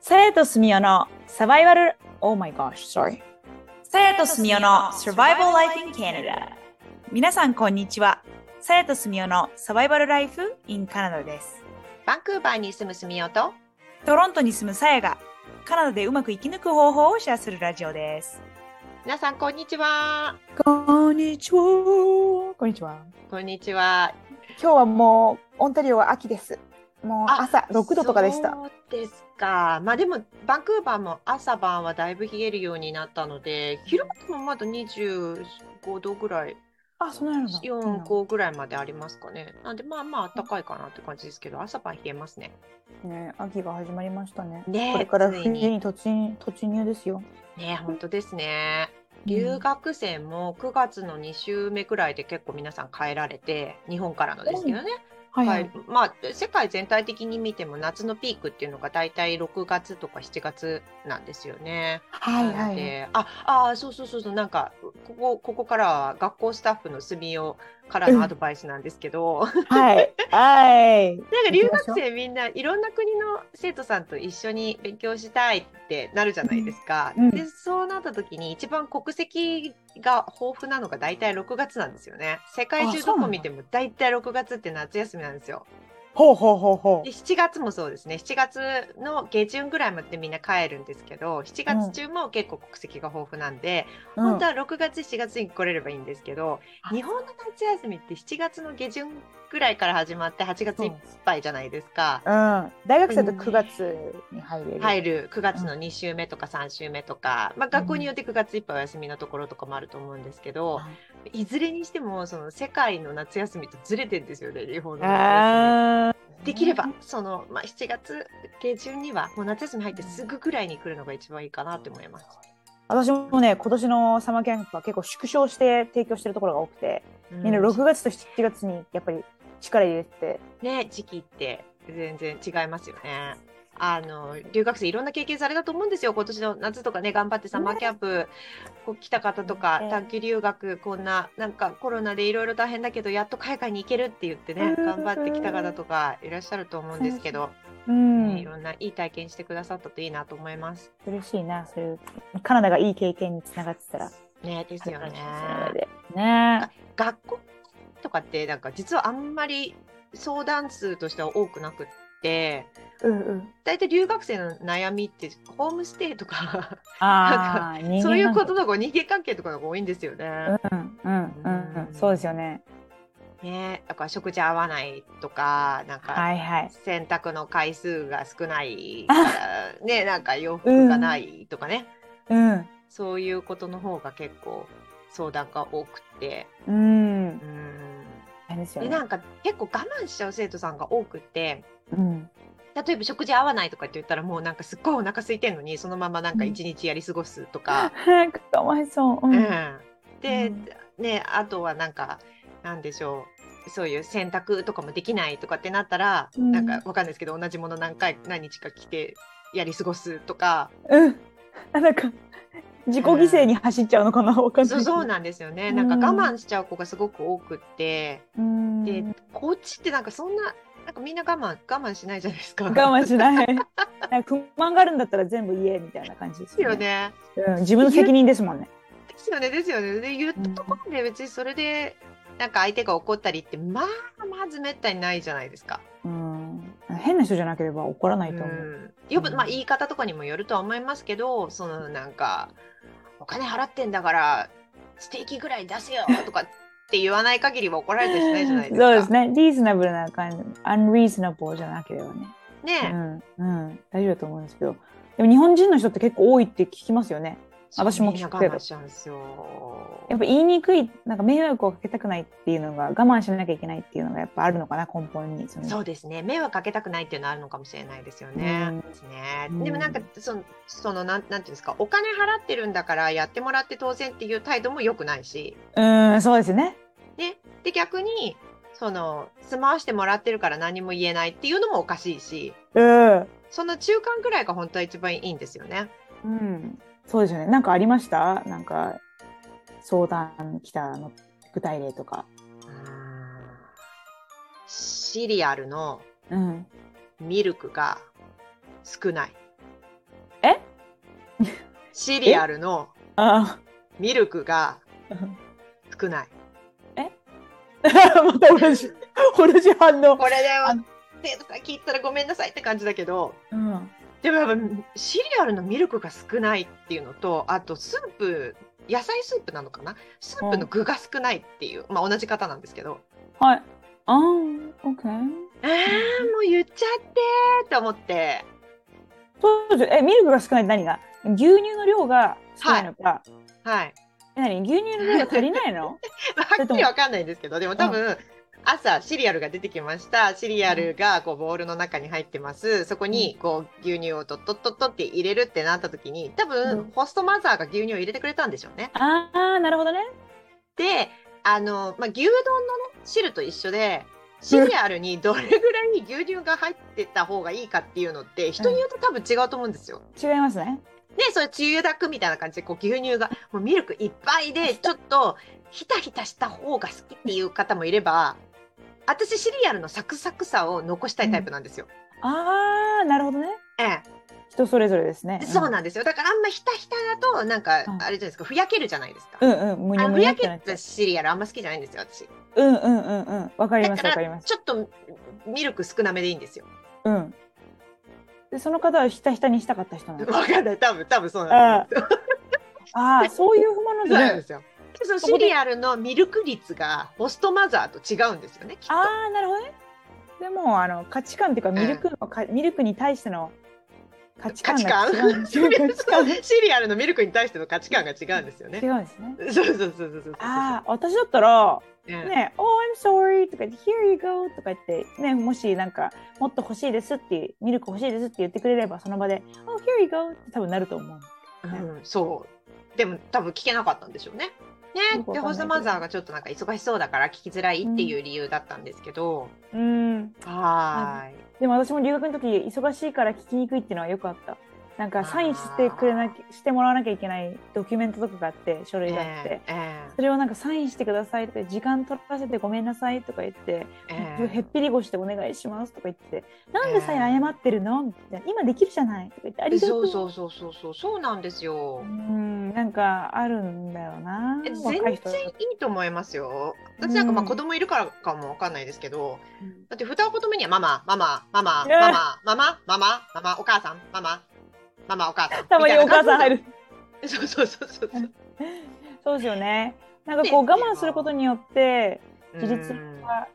生とすみおのサバイバル Oh my gosh, sorry 生とすみおの Survival Life in Canada 皆さんこんにちは生とすみおのサバイバルライフ in Canada ですバンクーバーに住むすみおとトロントに住むさやがカナダでうまく生き抜く方法をシェアするラジオです皆さんこんにちはこんにちはこんにちはこんにちは今日はもうオンタリオは秋ですもうあ朝6度とかでしたそうですかまあでもバンクーバーも朝晩はだいぶ冷えるようになったので昼間もまだ25度ぐらいあそんなやろな4、5ぐらいまでありますかねなんでまあまあ暖かいかなって感じですけど朝晩冷えますねね秋が始まりましたねねえこれからつい冬にに突入突入ですよね本当ですね留学生も9月の2週目くらいで結構皆さん帰られて日本からのですけどねはいははいい、まあ世界全体的に見ても夏のピークっていうのが大体6月とか7月なんですよね。はいなはのいでああーそうそうそうそうなんかここここからは学校スタッフの住みをからのアドバイスなんですけど、 なんかはいはい留学生みんないろんな国の生徒さんと一緒に勉強したいってなるじゃないですか。うんうんでそうなった時に一番国籍が豊富なのが大体6月なんですよね。世界あ中そうどなんだこ見ても大体6月って夏休みなんですよ。ほうほうほうほで7月もそうですね7月の下旬ぐらいまでみんな帰るんですけど7月中も結構国籍が豊富なんで、う。本当は6月7月に来れればいいんですけど、あ日本の夏休みって7月の下旬ぐらいから始まって8月いっぱいじゃないですか。うん、大学生だとうん9月に入れる。入る9月の2週目とか3週目とか、まあ、学校によって9月いっぱいお休みのところとかもあると思うんですけど、いずれにしてもその世界の夏休みとずれてんですよね日本の夏休み。あーできれば、その、まあ、7月下旬にはもう夏休み入ってすぐぐらいに来るのが一番いいかなと思います。私もね今年のサマーキャンプは結構縮小して提供してるところが多くて、みんなうん6月と7月にやっぱり力入れてて、ね時期って全然違いますよね。あの留学生いろんな経験されたと思うんですよ今年の夏とかね頑張ってサマーキャンプこう来た方とかね短期留学こんななんかコロナでいろいろ大変だけどやっと海外に行けるって言ってねうん頑張ってきた方とかいらっしゃると思うんですけど、うねいん、ろんないい体験してくださったといいなと思います。嬉しいなそういうカナダがいい経験につながってたらねですよね。あるかもしれないのでね学校とかってなんか実はあんまり相談数としては多くなくってうんうん大体留学生の悩みってホームステイとかああ そういうことの方が人間関係とかの方が多いんですよね。うんうんうん、うん、そうですよねねだから食事合わないとかなんかはいはい洗濯の回数が少な いからねなんか洋服がないとかね、うんそういうことの方が結構相談が多くて。うんうん大変ですよでねなんか結構我慢しちゃう生徒さんが多くて。うん例えば食事合わないとかって言ったらもうなんかすっごいお腹空いてんのにそのままなんか一日やり過ごすとか、かわいそう、ううんんで、うんねあとはなんかなんでしょうそういう洗濯とかもできないとかってなったら、うんなんかわかんないですけど同じもの何回何日か着てやり過ごすとかうん。あなんか自己犠牲に走っちゃうのかな、わかんなそうい。そうなんですよね、うんなんか我慢しちゃう子がすごく多くってうん。でこっちってなんかそんななんかみんな我慢我慢しないじゃ ないですか。我慢しない。なんか不満があるんだったら全部言えみたいな感じでですすよよね。ね。うん、自分の責任ですもんね。ですよねですよねで言ったところで別にそれでなんか相手が怒ったりってまあまずめったにないじゃないですか。うん。変な人じゃなければ怒らないと思う。うんよくまあ言い方とかにもよるとは思いますけどそのなんか「お金払ってんだからステーキぐらい出 せよ」とかって言わない限りは怒られたりしないじゃないですか。そうですね。リーズナブルな感じ、アンリーズナブルじゃなければね。ねえうん、うん、大丈夫だと思うんですけど。でも日本人の人って結構多いって聞きますよね。私もみ聞んなく我けど慢しちゃうんですよ。やっぱ言いにくい、なんか迷惑をかけたくないっていうのが、我慢しなきゃいけないっていうのがやっぱあるのかな、根本に。そのそうですね迷惑かけたくないっていうのはあるのかもしれないですよね。うんですねうんでもなんかそのそのなんなんていうんですかお金払ってるんだからやってもらって当然っていう態度も良くないしうん、そうですね。で逆にその住まわしてもらってるから何も言えないっていうのもおかしいしうん。その中間ぐらいが本当は一番いいんですよね。うん、そうですよね。なんかありましたなんか相談来たの具体例とか。うーんシリアルのうん。ミルクが少ない。え シリアルのあミルクが少ない。あ。また同じ、同じ反応。これであは、生徒さん聞いたらごめんなさいって感じだけど、うん。でもやっぱシリアルのミルクが少ないっていうのと、あとスープ、野菜スープなのかなスープの具が少ないっていう、まあ同じ方なんですけど、はい。ああ、オッケー。あーもう言っちゃってーって思って、当時えミルクが少ないって何が牛乳の量が少ないのか、はい。え何牛乳の量が足りないのまあはっきりわかんないですけど、でも多分、朝シリアルが出てきました。シリアルがこうボウルの中に入ってます。そこにこう牛乳をとっとっとっとって入れるってなった時に、多分、うんホストマザーが牛乳を入れてくれたんでしょうね。 ああなるほどねで、あの、まあ、牛丼のね、汁と一緒で、シリアルにどれぐらい牛乳が入ってた方がいいかっていうのって、人によって多分違うと思うんですよ。違いますねで、それ、つゆだくみたいな感じで、こう、牛乳が、もうミルクいっぱいで、ちょっと、ひたひたした方が好きっていう方もいれば、私、シリアルのサクサクさを残したいタイプなんですよ。ああなるほどねえ人それぞれですねえ。そうななんですよ。だから、あんまひたひただと、なんか、あれじうんゃないですか、ふやけるじゃないですか。うんうんむにあゃのむふにゃやってけなっちゃたシリアルあんま好きじゃないんですよ、私。ううんうんうんうんわかりだますかわかりら、ますちょっと、ミルク少なめでいいんですよ。うんでその方はひたひたにしたかった人なのわかんない。多分、多分そうなんですよ。ああそういう不満そうななんんでだすよ。でそのシリアルのミルク率が、ホストマザーと違うんですよね、きっと。ああなるほどねでもあの価値観っていうかミルクのか、ミルクに対しての価値観が違うんです シよ価値観がリアルのミルクに対しての価値観が違うんですよ違ね。うんですねそうそうそうそうそう。ああ私だったらうんね、Oh, I'm sorry とか言って、Here you go とか言って、ね、もしなんか、もっと欲しいですって、ミルク欲しいですって言ってくれれば、その場で、Oh, here you go って多分なると思う。うんそう。でも多分聞けなかったんでしょうね。なねんかわかんないけでどホストマザーがちょっとなんか忙しそうだから聞きづらいっていう理由だったんですけど、うん。はーい。でも私も留学の時、忙しいから聞きにくいっていうのはよくあった。なんあか、ーサインしてくれなき、してもらわなきゃいけないドキュメントとかがあって、書類があって。ええそれをなんかサインしてくださいとか時間取らせてごめんなさいとか言って、ええへっぴり腰でお願いしますとか言っててなんでさえ謝ってるのみたいな今できるじゃないとか言ってありがとそううそうそうそうそうそうなんですよう。ん、なんかあるんだよな。え全若然いい人だといと思いますよ。私なんかまあうん子供いるからかもわかんないですけど、だって二言目にはママ、ママ、ママ、ねママ、ママ、ママ、ママ、お母さん、ママ、ママ、お母さん。たまにお母さん入る。る。そうそうそうそうそう。そうですよね。なんかこうね我慢することによって自立うんは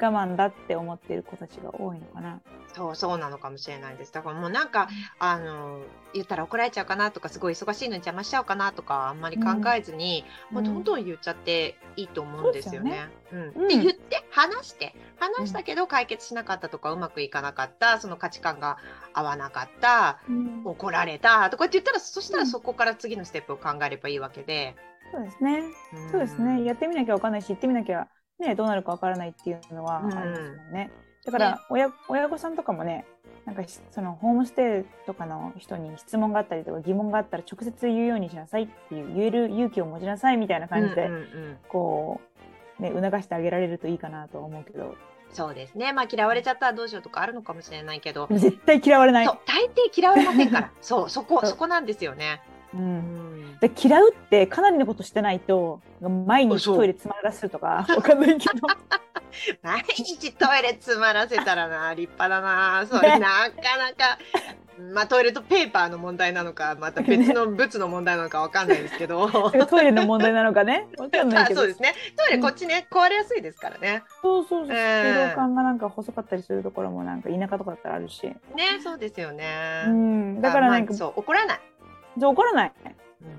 我慢だって思っている子たちが多いのかな。そうそうなのかもしれないです。だからもうなんか、あの、言ったら怒られちゃうかなとか、すごい忙しいのに邪魔しちゃうかなとか、あんまり考えずに、もうどんどん言っちゃっていいと思うんですよね。うん、でうん言って話して話したけど解決しなかったとかうまくいかなかったその価値観が合わなかったうんそ怒られたとかって言ったらそしうたらんそこから次のステップを考えればいいわけで。うですね。そうですね。やってみなきゃわかんないし、言ってみなきゃねどうなるかわからないっていうのはうんありますもんね。だから親親御さんとかもね。なんかしそのホームステイとかの人に質問があったりとか疑問があったら直接言うようにしなさいっていう言える勇気を持ちなさいみたいな感じでうんうんうんこう、ね、促してあげられるといいかなとは思うけど、そうですね。まあ嫌われちゃったらどうしようとかあるのかもしれないけど、絶対嫌われないそう。大抵嫌われませ んから。そうそこそうそこなんですよね。う、うんんで嫌うってかなりのことしてないと、毎日そうトイレつまらすとか、 わかんないけど、毎日トイレ詰まらせた らな立派だな。それなかなか。まあトイレットペーパーの問題なのかまた別の物の問題なのかわかんないですけどそれがトイレの問題なのかね、わかんなあいけど、そうですねトイレこっちね壊れやすいですからねそうそうそう、水ええ道管がなんか細かったりするところもなんか田舎とかだったらあるし、ねそうですよね、うん、だからなんまかあ、そう怒らないじゃあ怒らない、うん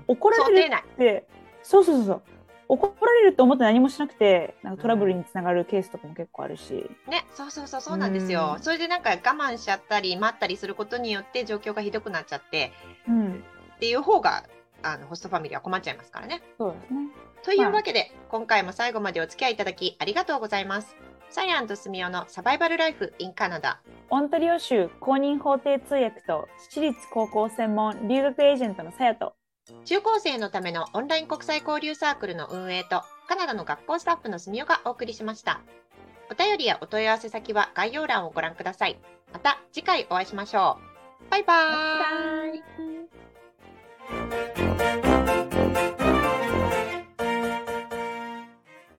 怒ら想れ定る内って、そうそうそうそう。怒られると思って何もしなくてなんかトラブルにつながるケースとかも結構あるし、ね、そうそうそうそうなんですよ、うんそれでなんか我慢しちゃったり待ったりすることによって状況がひどくなっちゃってうん、っていう方があのホストファミリーは困っちゃいますからね。そうですね。というわけで、今回も最後までお付き合いいただきありがとうございます。サイアンとスミオのサバイバルライフ in カナダ。オンタリオ州公認法廷通訳と私立高校専門留学エージェントのさやと中高生のためのオンライン国際交流サークルの運営とカナダの学校スタッフのスミオがお送りしました。お便りやお問い合わせ先は概要欄をご覧ください。また次回お会いしましょう。バイバーイ。バイ